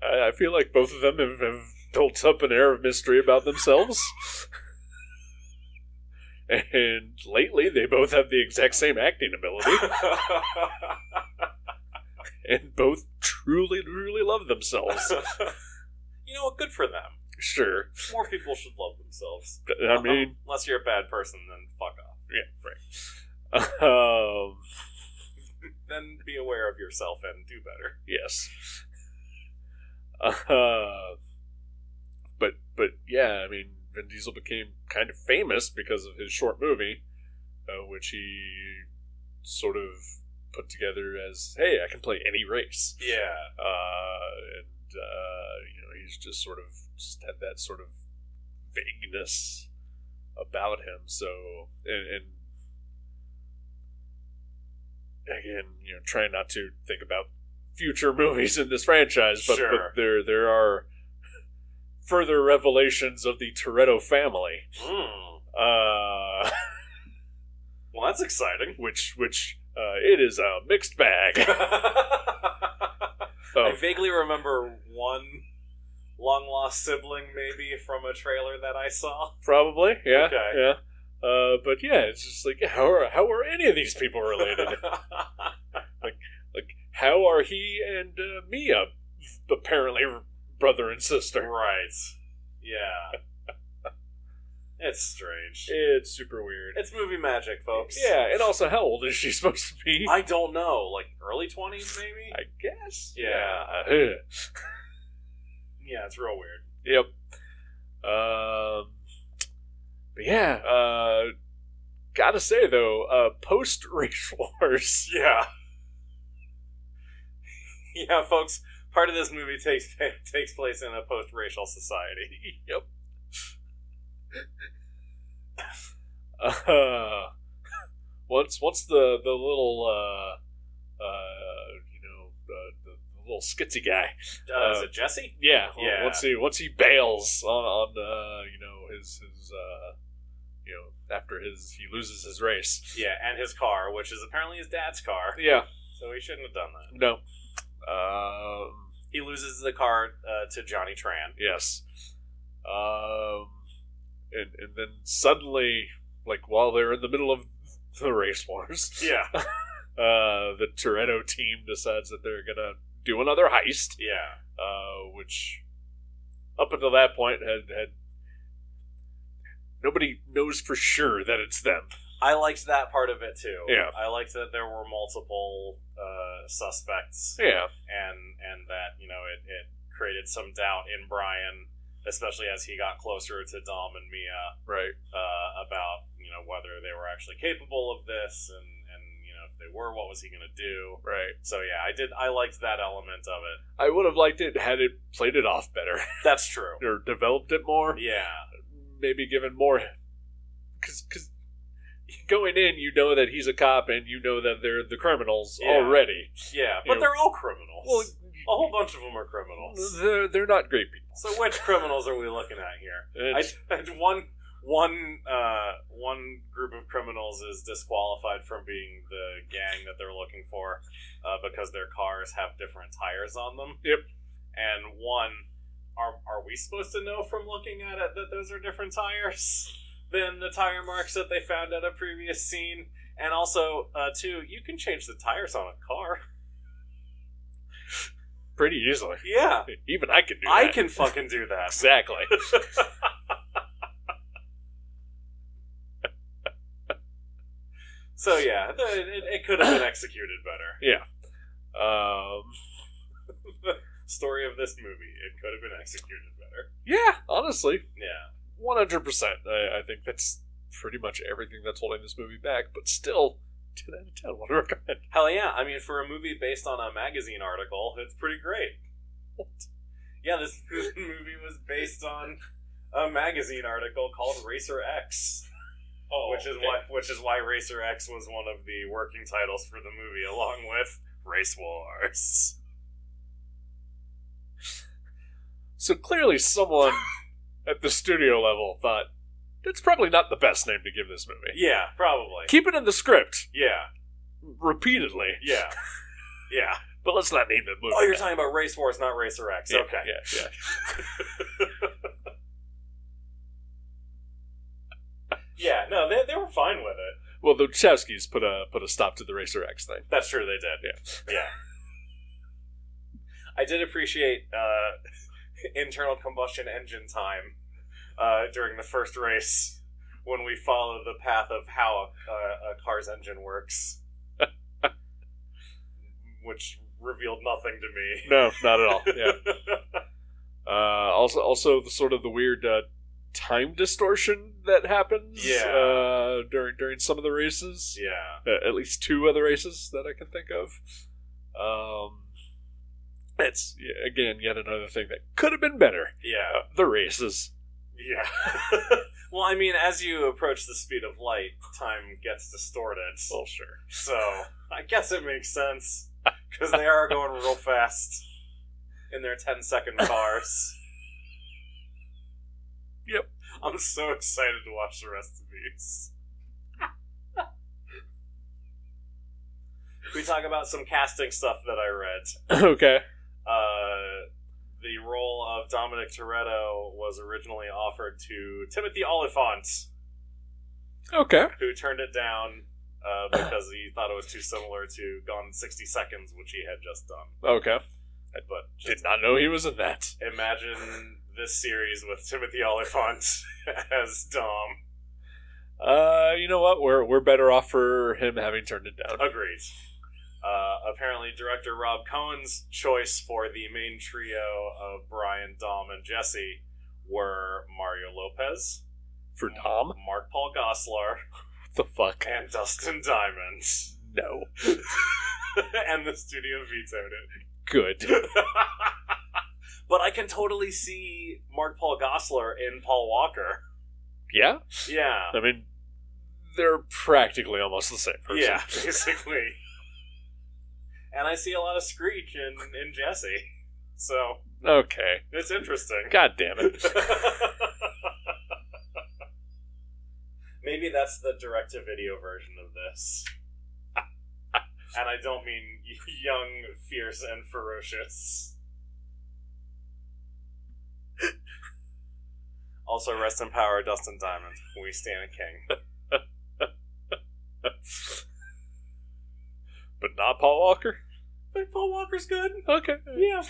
I I feel like both of them have, have built up an air of mystery about themselves. and lately, they both have the exact same acting ability, and both truly, truly love themselves.
you know what? Good for them.
Sure.
More people should love themselves. Uh,
I mean,
unless you're a bad person, then fuck off.
yeah, right. [laughs] Um,
Then be aware of yourself and do better.
yes. [laughs] Uh, but, but yeah, I mean, Vin Diesel became kind of famous because of his short movie, uh, which he sort of put together as, hey, I can play any race.
Yeah.
Uh, and, uh, you know, he's just sort of, just had that sort of vagueness about him. So, and, and again, you know, trying not to think about future [laughs] movies in this franchise, but,
Sure.
but there, there are further revelations of the Toretto family.
Mm.
Uh, [laughs]
Well, that's exciting. [laughs]
which, which, uh, it is a mixed bag.
I
of
vaguely remember one long lost sibling, maybe from a trailer that I saw.
Probably, yeah,
Okay.
yeah. Uh, but yeah, it's just like how are how are any of these people
[laughs]
related? like how are he and uh, Mia apparently brother and sister?
Right. Yeah. It's strange.
It's super weird.
It's movie magic, folks.
Yeah, and also, how old is she [laughs] supposed to be?
I don't know. Like early twenties, maybe.
I guess.
Yeah.
Yeah.
yeah, it's real weird.
Yep. Um, but yeah, uh, gotta say though, uh, post race [laughs] wars.
Yeah. [laughs] yeah, folks. Part of this movie takes [laughs] takes place in a post racial society.
yep. Uh, [laughs] once once the the little uh, uh, you know uh, the, the little skitsy guy.
Uh, is
Uh,
it Jesse?
Yeah. on-
Yeah.
Once he once he bails on on uh, you know his his uh, you know after his he loses his race.
Yeah, and his car, which is apparently his dad's car.
Yeah.
So he shouldn't have done that.
No. Um,
He loses the car uh, to Johnny Tran.
yes. Um, and and then suddenly, like while they're in the middle of the race wars,
Yeah.
[laughs] uh, the Toretto team decides that they're gonna do another heist,
[laughs] Yeah.
uh, which up until that point had had nobody knows for sure that it's them.
I liked that part of it too.
Yeah.
I liked that there were multiple uh, suspects
Yeah.
and and that, you know, it, it created some doubt in Brian, especially as he got closer to Dom and Mia,
Right.
uh, about, you know, whether they were actually capable of this and, and you know, if they were, what was he gonna do?
Right.
So yeah, I did I liked that element of it.
I would have liked it had it played it off better [laughs]
That's true.
or developed it more.
Yeah.
maybe given more because going in you know that he's a cop and you know that they're the criminals
Yeah.
already
Yeah. But
You know-
they're all criminals.
well
a whole bunch of them are criminals.
they're, they're not great people
So which criminals are we looking at here? I,
It's-
one one uh, one group of criminals is disqualified from being the gang that they're looking for uh, because their cars have different tires on them.
Yep.
And one, are are we supposed to know from looking at it that those are different tires than the tire marks that they found at a previous scene? And also, uh, two, you can change the tires on a car.
pretty easily
Yeah,
even i can do
I
that.
can fucking do that.
[laughs] exactly
So yeah, th- it, it could have been executed better.
um
Story of this movie, it could have been executed better.
yeah honestly
Yeah,
100% I, I think that's pretty much everything that's holding this movie back but still 10 out of 10 what do I recommend
hell yeah. I mean, for a movie based on a magazine article, it's pretty great. Yeah, this [laughs] movie was based on a magazine article called Racer X,
oh,
which is why which is why Racer X was one of the working titles for the movie, along with Race Wars.
So clearly,
[laughs]
someone at the studio level thought that's probably not the best name to give this movie.
Yeah, probably.
Keep it in the script
Yeah,
repeatedly,
[laughs] yeah, yeah.
but let's not name the movie.
Oh, you're
that.
talking about Race Wars, not Racer X.
Yeah,
okay.
Yeah, yeah.
Yeah, no, they, they were fine with it.
Well, the Wachowskis put a put a stop to the Racer X thing.
That's true, they did.
Yeah.
Yeah. I did appreciate uh, [laughs] internal combustion engine time uh, during the first race when we follow the path of how a, a, a car's engine
[laughs]
works, which revealed nothing to me.
No, not
[laughs]
at all. Yeah. Uh, also, also the sort of the weird uh, time distortion that happens.
Yeah.
Uh, during during some of the races.
Yeah.
uh, at least two other races that I can think of. Um, it's yeah, again yet another thing that could have been better.
Yeah.
Uh, the races,
Yeah. [laughs] well, I mean, as you approach the speed of light, time gets distorted.
well, sure. [laughs]
So I guess it makes sense because they are going real fast in their 10 second cars.
Yep.
I'm so excited to watch the rest of these. we talk about some casting stuff that I read.
okay.
Uh, the role of Dominic Toretto was originally offered to Timothy Oliphant,
Okay.
who turned it down
[sighs]
uh, because he thought it was too similar to Gone in 60 Seconds, which he had just done.
Okay.
But
Did not know he was in that.
imagine this series with Timothy Oliphant [laughs] as Dom.
Uh, you know what? We're we're better off for him having turned it down.
Agreed. Uh, apparently, director Rob Cohen's choice for the main trio of Brian, Dom, and Jesse were Mario Lopez,
For Tom,
Mark Paul Gosselaar, [laughs]
what the fuck?
and Dustin Diamonds.
No,
[laughs] and the studio vetoed it.
good.
[laughs] but I can totally see Mark Paul Gosselaar in Paul Walker.
Yeah, [laughs]
Yeah.
I mean, they're practically almost the same person.
Yeah, [laughs] basically. And I see a lot of Screech in, in Jesse. So
[laughs] Okay.
it's interesting.
God damn it.
[laughs] Maybe that's the direct to video version of this. and I don't mean [laughs] young, fierce, and ferocious. Also, rest in power, Dustin Diamond. We stand a king.
but not Paul Walker.
But Paul Walker's good.
Okay.
Yeah.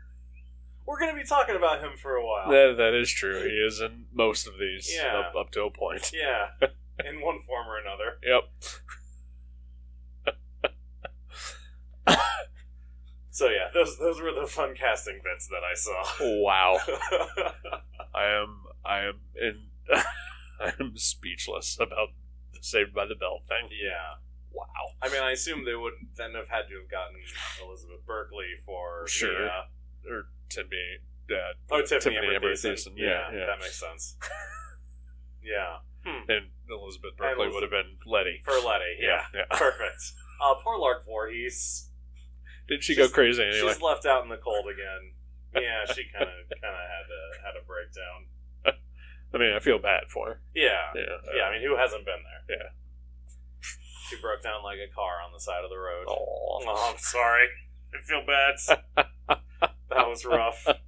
[laughs] We're going to be talking about him for a while.
That, that is true. He is in most of these
Yeah.
up, up to a point. [laughs]
Yeah, in one form or another.
Yep.
So yeah, those those were the fun casting bits that I
Wow.
saw. [laughs]
I am I am in [laughs] I am speechless about the Saved by the Bell thing.
yeah,
Wow.
I mean, I assume they would then have had to have gotten Elizabeth Berkley for
Sure.
Mia.
Or Timmy uh,
Oh, Tiffany, Amber
Amber
Thiessen.
Thiessen.
Yeah,
Yeah, yeah.
that makes sense. [laughs] yeah,
And Elizabeth Berkley
Elizabeth-
would have been Letty.
for Letty. Yeah,
yeah.
[laughs] perfect. Uh, poor Lark Voorhees.
Did she
She's-
go crazy anyway?
She's left out in the cold again. Yeah, she kind of kind of had a had a breakdown.
I mean, I feel bad for her.
Yeah,
Yeah.
Yeah, I mean, who hasn't been there?
Yeah.
She broke down like a car on the side of the road. [laughs] Oh,
Uh, Aw.
I'm sorry. I feel
[laughs]
bad. that was rough.
Uh,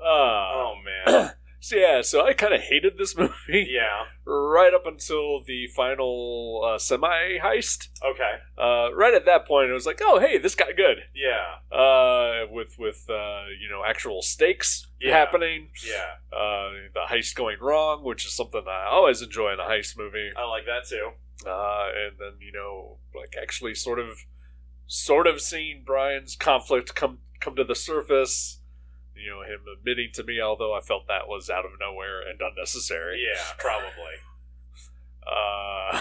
Oh,
[coughs]
man.
so yeah, so I kind of hated this [laughs] movie
Yeah.
right up until the final uh, semi heist.
Okay.
Uh, right at that point, it was like, oh hey, this got good.
Yeah.
Uh, with with uh, you know actual stakes
Yeah.
happening,
Yeah.
uh, the heist going wrong, which is something I always enjoy in a heist movie.
I like that, too.
Uh, and then you know like actually sort of sort of seeing Brian's conflict come come to the surface. You know him admitting to me, although I felt that was out of nowhere and unnecessary.
Yeah, probably.
Uh, [laughs]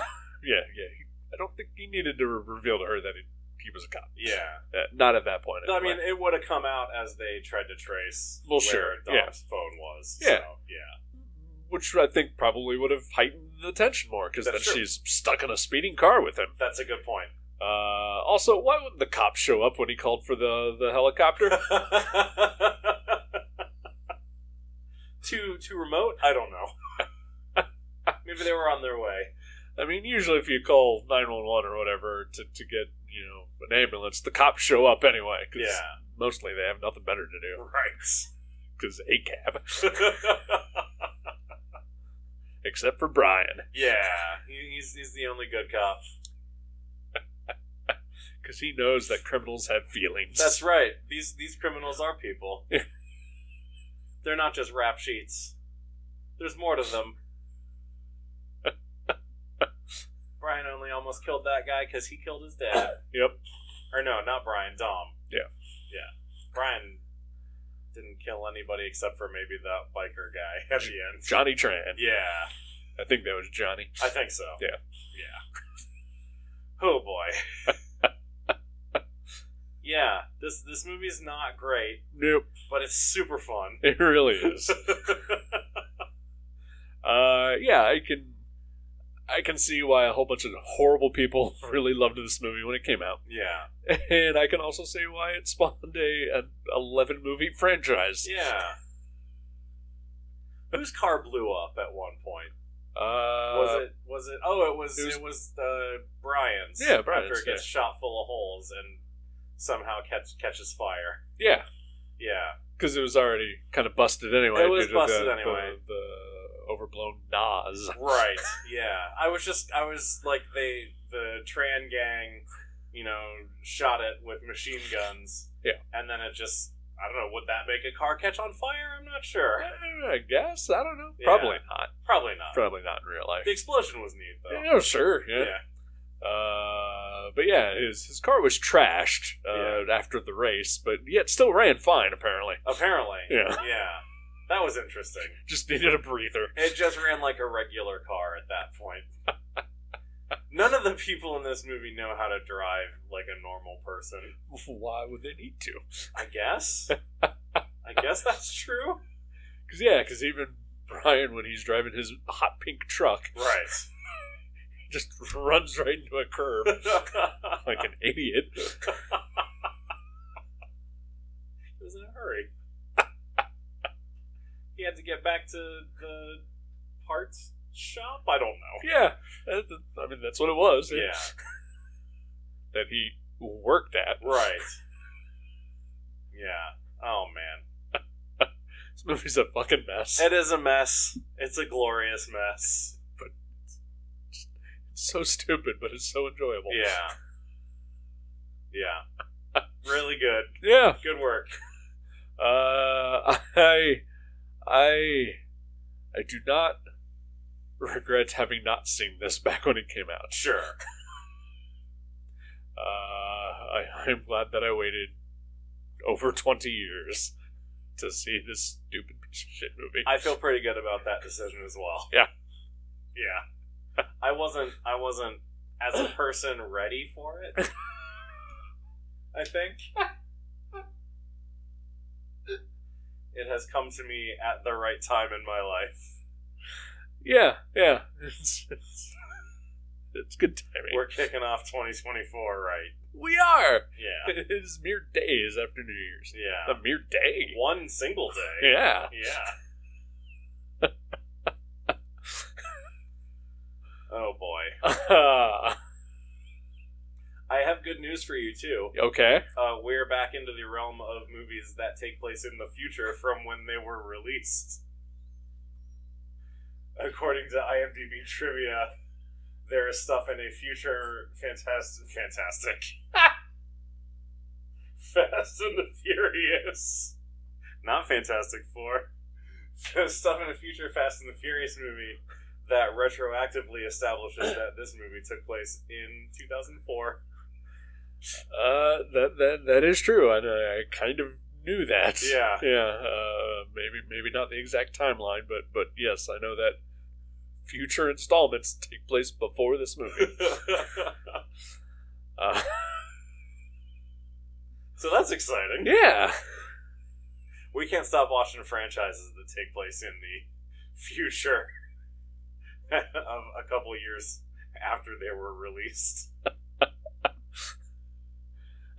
yeah, yeah. he- I don't think he needed to re- reveal to her that he, he was a cop.
Yeah.
Uh, not at that point.
I
anyway.
mean, it would have come out as they tried to trace
Well,
where
sure,
Dom's
yeah.
phone was.
Yeah.
So, yeah.
which I think probably would have heightened the tension more because then
That's true.
she's stuck in a speeding car with him.
That's a good point. [laughs]
Uh, also, why wouldn't the cop show up when he called for the the
[laughs]
helicopter?
too too remote? I don't know. [laughs] Maybe they were on their way.
I mean, usually if you call nine one one or whatever to to get you know an ambulance, the cops show up anyway because
Yeah.
mostly they have nothing better to do
[laughs] Right.
because a cab except for Brian
yeah. He- He's, he's the only good cop.
because he knows that criminals have feelings.
That's right. These these criminals are people. [laughs] They're not just rap sheets. There's more to them.
[laughs]
Brian only almost killed that guy because he killed his dad.
[coughs] Yep.
Or no, not Brian, Dom.
Yeah.
Yeah. Brian didn't kill anybody except for maybe that biker guy at the
[laughs]
end.
Johnny Tran.
Yeah,
I think that was Johnny.
I think so.
Yeah.
Yeah. Oh
[laughs]
boy. yeah, this this movie's not great,
Nope, [laughs]
but it's super fun. [laughs]
it really is. Uh, yeah, I can, I can see why a whole bunch of horrible people [laughs] really loved this movie when it came out, [laughs]
yeah.
and I can also see why it spawned a an eleven movie franchise.
Yeah. Whose car blew up at one point?
Uh,
was it was it oh it was
it
it
was-
was, uh, Brian's
Yeah, Brian's,
after it gets shot full of holes and somehow catch, catches fire
Yeah,
yeah
because it was already kind of busted anyway.
It was
due to
busted
the,
anyway.
The, the overblown Nas. [laughs]
right yeah I was just I was like they the Tran gang you know, shot it with machine guns.
Yeah.
And then it just, I don't know, would that make a car catch on fire? I'm not sure.
Eh, I guess I don't know.
Yeah.
Probably not.
Probably not.
Probably not in real life.
The explosion was neat, though.
Yeah, sure. Yeah.
Yeah.
Uh, but yeah, his his car was trashed uh, after the race, but yet still ran fine. Apparently,
Apparently.
Yeah.
Yeah. That was interesting.
just needed a breather.
It just ran like a regular car at that
[laughs]
point. None of the people in this movie know how to drive like a normal person.
Why would they need to? [laughs]
I guess. I guess that's true.
Because yeah, because even Brian, when he's driving his hot pink truck,
Right.
just [laughs] runs right into a
[laughs]
curb [laughs] like an idiot.
he was in a hurry. [laughs] he had to get back to the parts shop. I don't know.
Yeah, that- that- I mean that's what it was.
Yeah. [laughs]
that he worked at.
Right. Yeah. Oh man.
This movie's a fucking mess.
It is a mess. It's a glorious mess.
It's so stupid, but it's so enjoyable.
Yeah. Yeah. [laughs] Really good.
yeah.
Good work.
Uh, [laughs] I, I, I do not regret having not seen this back when it came out.
Sure.
Uh, [laughs] I, I'm glad that I waited over 20 years to see this stupid piece of shit movie.
I feel pretty good about that decision as well.
Yeah.
Yeah. I wasn't I wasn't as a person ready for
[laughs]
it. I think. It has come to me at the right time in my life.
yeah, yeah. [laughs] It's, it's, it's good timing.
We're kicking off 2024, right?
we are! [laughs]
Yeah.
It is mere days after New Year's.
Yeah.
A mere day.
One single day.
Yeah. [laughs]
Yeah. oh boy. I have good news for you too.
okay.
Uh, we're back into the realm of movies that take place in the future from when they were released. According to IMDb trivia, there is stuff in a future fantastic, fantastic, [laughs] Fast and the Furious, not Fantastic Four. There's stuff in a future Fast and the Furious movie that retroactively establishes that this movie took place in 2004.
Uh, that that that is true. I, I kind of knew that.
Yeah. [laughs]
[laughs] Yeah. Uh, maybe maybe not the exact timeline, but but yes, I know that future installments take place before this
[laughs]
movie. Uh,
so that's exciting.
yeah.
We can't stop watching franchises that take place in the [laughs] future of a couple years after they were released.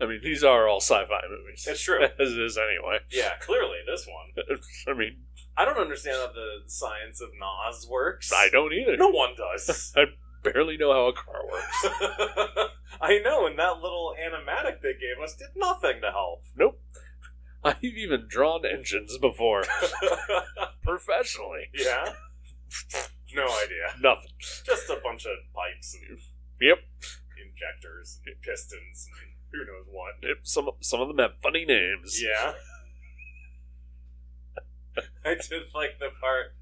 I mean, these are all sci-fi movies. [laughs]
It's true.
As it is anyway.
Yeah, clearly this one.
I mean,
I don't understand how the science of Nas works.
I don't either.
No one does. [laughs]
Barely know how a car works. [laughs]
I know, and that little animatic they gave us did nothing to help. [laughs]
nope. I've even drawn engines before [laughs] professionally.
yeah? No idea.
Nothing.
Just a bunch of pipes and
Yep.
injectors and pistons and who knows what.
Yep, Some some of them have funny names.
Yeah. [laughs] I did like the part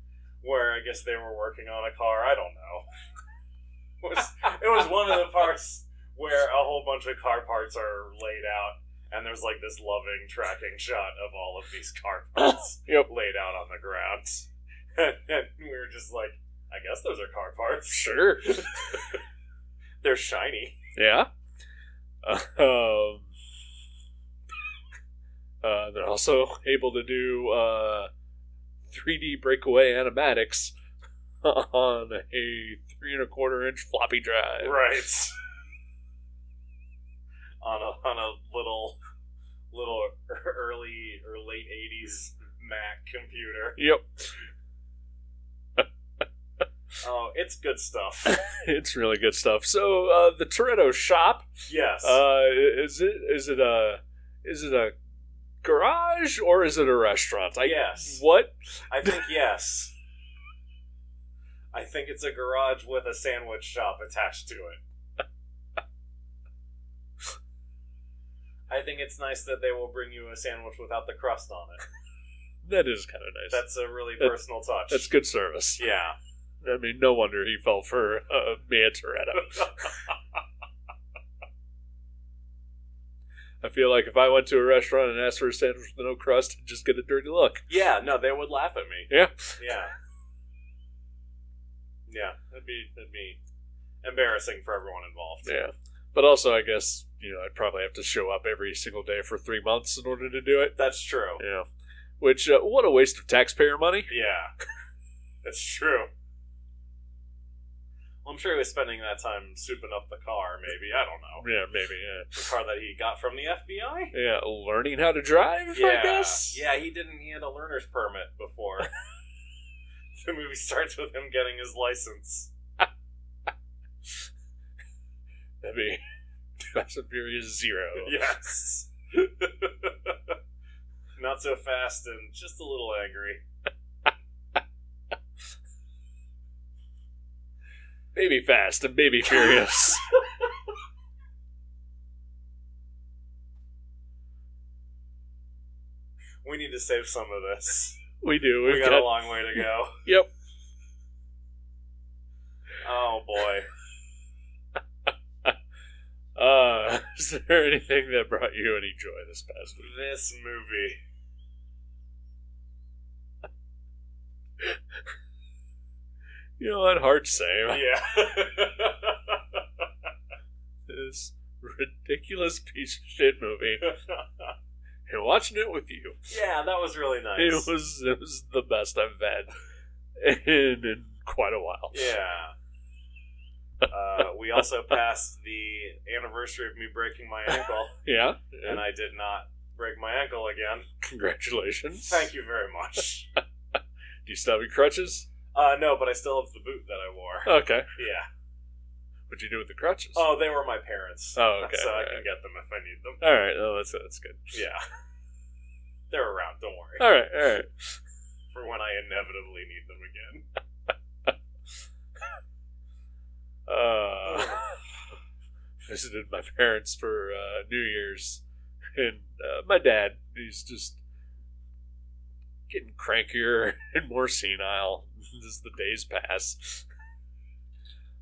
where I guess they were working on a car. I don't know. [laughs] It was, it was one of the parts where a whole bunch of car parts are laid out, and there's like this loving tracking shot of all of these car [laughs] parts
Yep.
laid out on the ground. [laughs] And, and we were just like, I guess those are car parts.
Sure.
They're shiny.
Yeah. Um, uh, they're also able to do uh, 3D breakaway animatics [laughs] on a three and a quarter inch floppy drive.
right [laughs] on a on a little little [laughs] early or late 80s mac computer
Yep. [laughs]
oh it's good stuff
It's really good stuff. So uh, the Toretto shop
yes
uh, is it is it a is it a garage or is it a restaurant? I
Yes.
What?
i think yes i think it's a garage with a sandwich shop attached to it I think it's nice that they will bring you a sandwich without the crust on it.
That is kind of nice. That's,
That's a really
That-
personal touch.
good service.
yeah.
I mean, no wonder he fell for uh, Mantaretta. [laughs] I feel like if I went to a restaurant and asked for a sandwich with no crust, I'd just get a dirty look.
Yeah, no, they would laugh at me.
Yeah.
Yeah. Yeah, that'd be that'd be embarrassing for everyone involved.
Yeah. But also, I guess, you know, I'd probably have to show up every single day for three months in order to do it.
That's true.
Yeah. Which, uh, what a waste of taxpayer money.
Yeah. That's true. Well, I'm sure he was spending that time souping up the car, maybe. I don't know.
Yeah, maybe. Yeah.
The car that he got from the FBI?
Yeah, learning how to drive, I
Yeah.
guess.
Yeah, he didn't he had a learner's permit before.
[laughs]
the movie starts with him getting his license.
That'd be [laughs] Fast and Furious Zero.
Yes. [laughs] Not so fast and just a little angry.
Baby Fast and Baby [laughs] Furious.
We need to save some of this.
we do.
We
We've
got a long way to go.
[laughs] Yep.
Oh boy.
Uh, [laughs] is there anything that brought you any joy this past week?
This movie.
You know what? Hard to say.
Yeah. [laughs]
This ridiculous piece of shit movie, and watching it with you,
yeah, that was really
it
nice.
was it was the best I've had in, in quite a while.
Yeah. Uh, we also passed the anniversary of me breaking my ankle,
[laughs] Yeah.
and I did not break my ankle again.
Congratulations.
Thank you very much.
Do you still have your crutches?
Uh, no, but I still have the boot that I wore.
Okay.
Yeah.
What'd you do with the crutches?
Oh, they were my parents.
Oh, okay.
So I
All
can
right.
get them if I need them.
All right. Oh, that's that's good.
Yeah. [laughs] They're around, don't worry.
All right. All right.
For when I inevitably need them
[laughs] uh,
again. [laughs]
[laughs] visited my parents for uh, New Year's, and uh, my dad he's just getting crankier [laughs] and more senile [laughs] as the days pass.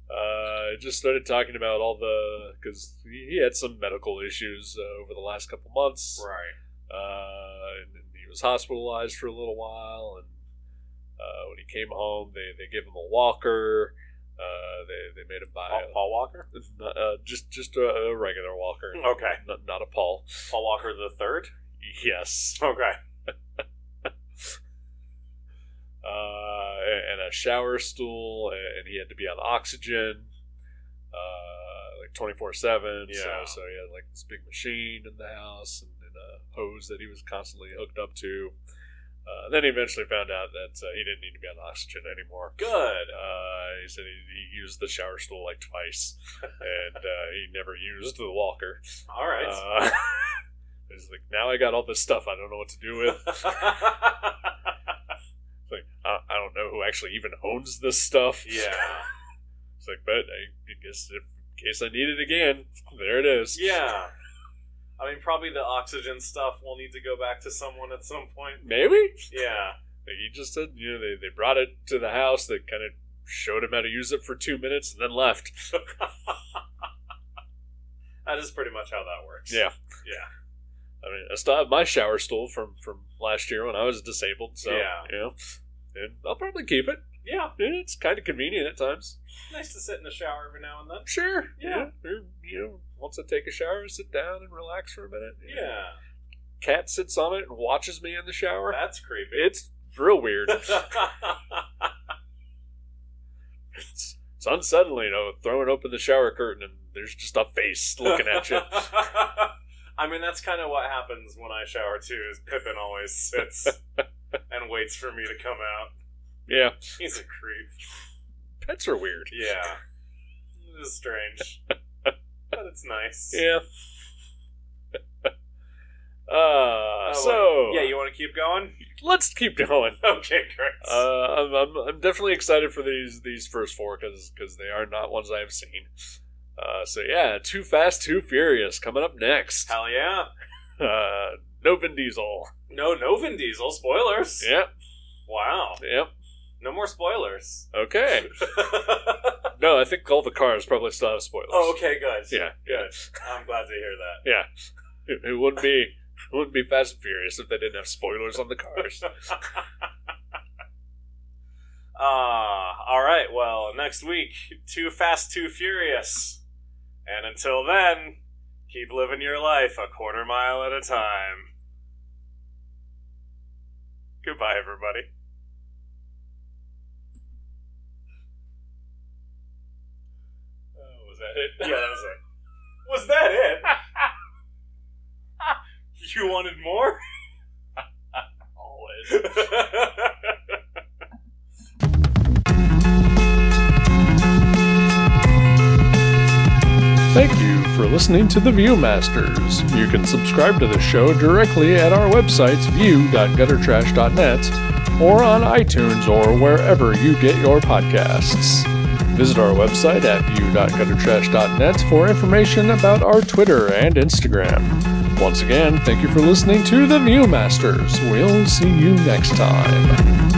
Uh, just started talking about all the because he he had some medical issues uh, over the last couple months
Right.
uh, and, and he was hospitalized for a little while. And uh, when he came home, they, they gave him a walker. Uh, they, they made him buy
Paul,
a,
Paul Walker?
not- uh, just just a, a regular walker,
Okay.
not, not a Paul.
Paul Walker the third?
Yes,
Okay.
uh, and a shower stool, and he had to be on oxygen. Uh, like twenty four seven,
Yeah.
so so he had like this big machine in the house and, and a hose that he was constantly hooked up to. Uh, then he eventually found out that uh, he didn't need to be on oxygen anymore.
Good.
Uh, he said he, he used the shower stool like
[laughs]
twice, and uh, he never used the walker.
All right.
Uh, [laughs] he's like, now I got all this stuff I don't know what to do with. It's like, I, I don't know who actually even owns this stuff.
[laughs] yeah.
It's like, but I guess if, in case I need it again, [laughs] there it is.
Yeah. I mean, probably the oxygen stuff will need to go back to someone at some point.
Maybe?
Yeah. [laughs]
He just said, you know, they, they brought it to the house. They kind of showed him how to use it for two minutes and then left. [laughs]
That is pretty much how that works.
Yeah.
Yeah.
I mean, I still have my shower stool from, from last year when I was disabled. So,
Yeah.
you know, and I'll probably keep it.
Yeah.
It's kind of convenient at times.
Nice to sit in the shower every now and then.
Sure.
Yeah.
Or, you know, once I take a shower, sit down and relax for a minute.
Yeah.
Cat sits on it and watches me in the shower.
That's creepy.
It's real
[laughs]
weird. it's, it's unsettling, you know, throwing open the shower curtain and there's just a face [laughs] looking at
[laughs]
you.
I mean, that's kind of what happens when I shower too. Is Pippin
[laughs]
always sits and waits for me to come out.
Yeah.
He's a creep.
Pets are weird.
Yeah, it is strange, but it's nice.
Yeah. [laughs] Uh,
Oh,
so
yeah, you want to keep going? [laughs]
let's keep going.
Okay, great.
Uh, I'm, I'm, I'm definitely excited for these these first four because they are not ones I have seen.
Uh, so yeah, Too Fast, Too Furious coming up next.
Hell yeah.
Uh, no Vin Diesel.
No, no Vin Diesel. Spoilers.
Yep,
Wow.
yep.
No more spoilers. [laughs]
Okay.
oh,
No, I think all the cars probably still have spoilers.
okay, good.
Yeah,
Good. I'm glad to hear that.
yeah. It, it wouldn't be it wouldn't be Fast and Furious if they didn't have spoilers on the cars.
Ah, all right. Well, next week, Too Fast, Too Furious. And until then, keep living your life a quarter mile at a time. Goodbye, everybody.
was that it?
Yeah, that Oh, was it. [laughs] Was that [laughs] it? you wanted more? Always. [laughs]
Thank you for listening to The Viewmasters. You can subscribe to the show directly at our websites, view.guttertrash.net, or on iTunes or wherever you get your podcasts. Visit our website at view.guttertrash.net for information about our Twitter and Instagram. Once again, thank you for listening to The Viewmasters. We'll see you next time.